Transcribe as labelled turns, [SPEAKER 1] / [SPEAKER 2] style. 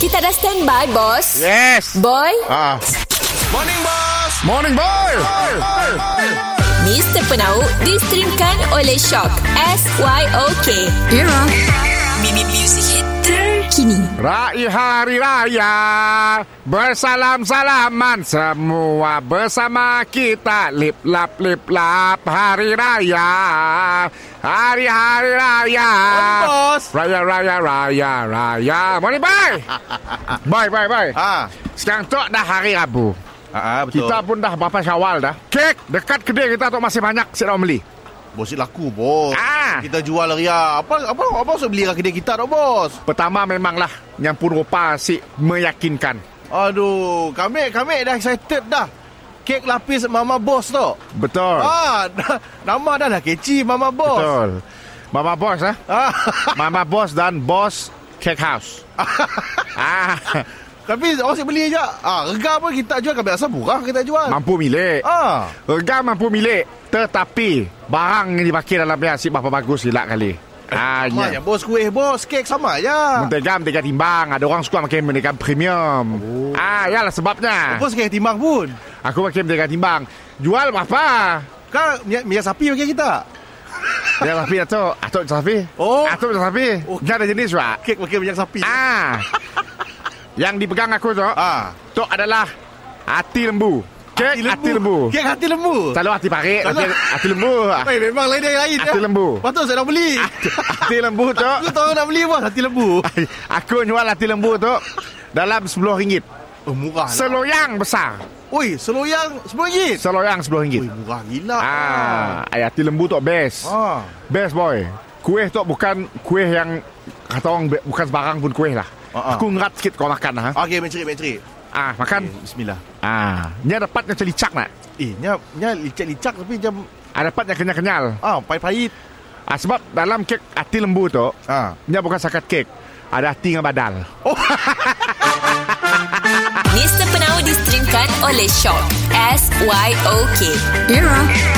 [SPEAKER 1] Kita dah standby, bos.
[SPEAKER 2] Yes.
[SPEAKER 1] Boy,
[SPEAKER 2] Ah.
[SPEAKER 3] Morning, boss.
[SPEAKER 2] Morning, boy.
[SPEAKER 1] Mr. Penau distrimkan oleh Shock. S-Y-O-K. Era. Mimi Music Hit terkini.
[SPEAKER 2] Rai Hari Raya Bersalam-salaman Semua bersama kita Lip lap lip lap Hari Raya Hari Hari Raya
[SPEAKER 3] Morning, boss.
[SPEAKER 2] Raya Raya Raya Raya Morning boy Boy boy boy
[SPEAKER 3] Ah.
[SPEAKER 2] Sekarang tu dah hari Rabu
[SPEAKER 3] Ah, ah, betul.
[SPEAKER 2] Kita pun dah berapa syawal dah Kek dekat kedai kita tu masih banyak Sik orang beli
[SPEAKER 3] bos laku, bos.
[SPEAKER 2] Ah.
[SPEAKER 3] Kita jual ria. Apa apa apa usah beli kat kedai kita tu, bos.
[SPEAKER 2] Pertama memanglah Yang pun rupa si meyakinkan
[SPEAKER 3] Aduh, kami kami dah excited dah. Kek lapis mama bos tu.
[SPEAKER 2] Betul
[SPEAKER 3] Ah, dah, nama dah lah keci mama bos.
[SPEAKER 2] Betul Mama Bos eh
[SPEAKER 3] Ah,
[SPEAKER 2] Mama Bos dan Bos Cake House ah,
[SPEAKER 3] tapi orang asyik beli je. Ah, rega pun kita jual kami rasa murah kita jual.
[SPEAKER 2] Mampu milik
[SPEAKER 3] ah.
[SPEAKER 2] Harga mampu milik Tetapi Barang yang dipakai dalam ni Asyik berapa bagus silap kali Ah, ya.
[SPEAKER 3] Sama je
[SPEAKER 2] Hanya
[SPEAKER 3] bos kuih bos kek sama je.
[SPEAKER 2] Mentega mentega timbang Ada orang suka makan mentega premium oh. Ah, yalah sebabnya
[SPEAKER 3] Oh, Bos kek timbang pun.
[SPEAKER 2] Aku makan mentega timbang Jual berapa?
[SPEAKER 3] Kan minyak, minyak sapi bagi kita.
[SPEAKER 2] Ya tapi Atok Atok Safi
[SPEAKER 3] Oh.
[SPEAKER 2] Atok Safi
[SPEAKER 3] Oh.
[SPEAKER 2] Dia ada jenis tak?
[SPEAKER 3] Kek pakai minyak sapi.
[SPEAKER 2] Ah. Yang dipegang aku tu, ah.
[SPEAKER 3] Ah.
[SPEAKER 2] tu adalah hati lembu. Kek hati lembu.
[SPEAKER 3] Kek hati lembu.
[SPEAKER 2] Selalu hati parit,
[SPEAKER 3] Salah.
[SPEAKER 2] hati, hati lembu.
[SPEAKER 3] Eh, memang lain dari lain.
[SPEAKER 2] Hati
[SPEAKER 3] ya.
[SPEAKER 2] lembu.
[SPEAKER 3] Patut saya nak beli.
[SPEAKER 2] hati lembu tu,
[SPEAKER 3] Aku tahu nak beli bos hati lembu.
[SPEAKER 2] aku jual hati lembu tu dalam RM10.
[SPEAKER 3] Oh, murah lah.
[SPEAKER 2] Seloyang besar.
[SPEAKER 3] Oi, seloyang RM10.
[SPEAKER 2] Seloyang RM10.
[SPEAKER 3] Oi, murah gila.
[SPEAKER 2] Ah, ay, hati lembu tu best.
[SPEAKER 3] Ah.
[SPEAKER 2] Best boy. Kuih tu bukan kuih yang kata orang be- bukan sebarang pun kuih lah.
[SPEAKER 3] Ah, ah.
[SPEAKER 2] Aku ngerat sikit kau makan lah. ha.
[SPEAKER 3] Okey, menceri, menceri.
[SPEAKER 2] Ah, makan.
[SPEAKER 3] Eh, Bismillah.
[SPEAKER 2] Ah, ni ada part yang celicak nak.
[SPEAKER 3] Eh, nya, nya licak-licak tapi jam
[SPEAKER 2] Ada part yang kenyal-kenyal.
[SPEAKER 3] ah pahit-pahit.
[SPEAKER 2] Ah, sebab dalam kek hati lembu tu,
[SPEAKER 3] Ah.
[SPEAKER 2] dia bukan sakat kek. Ada hati dengan badal.
[SPEAKER 1] Mr. Penau distrimkan oleh Shock. S-Y-O-K. Era.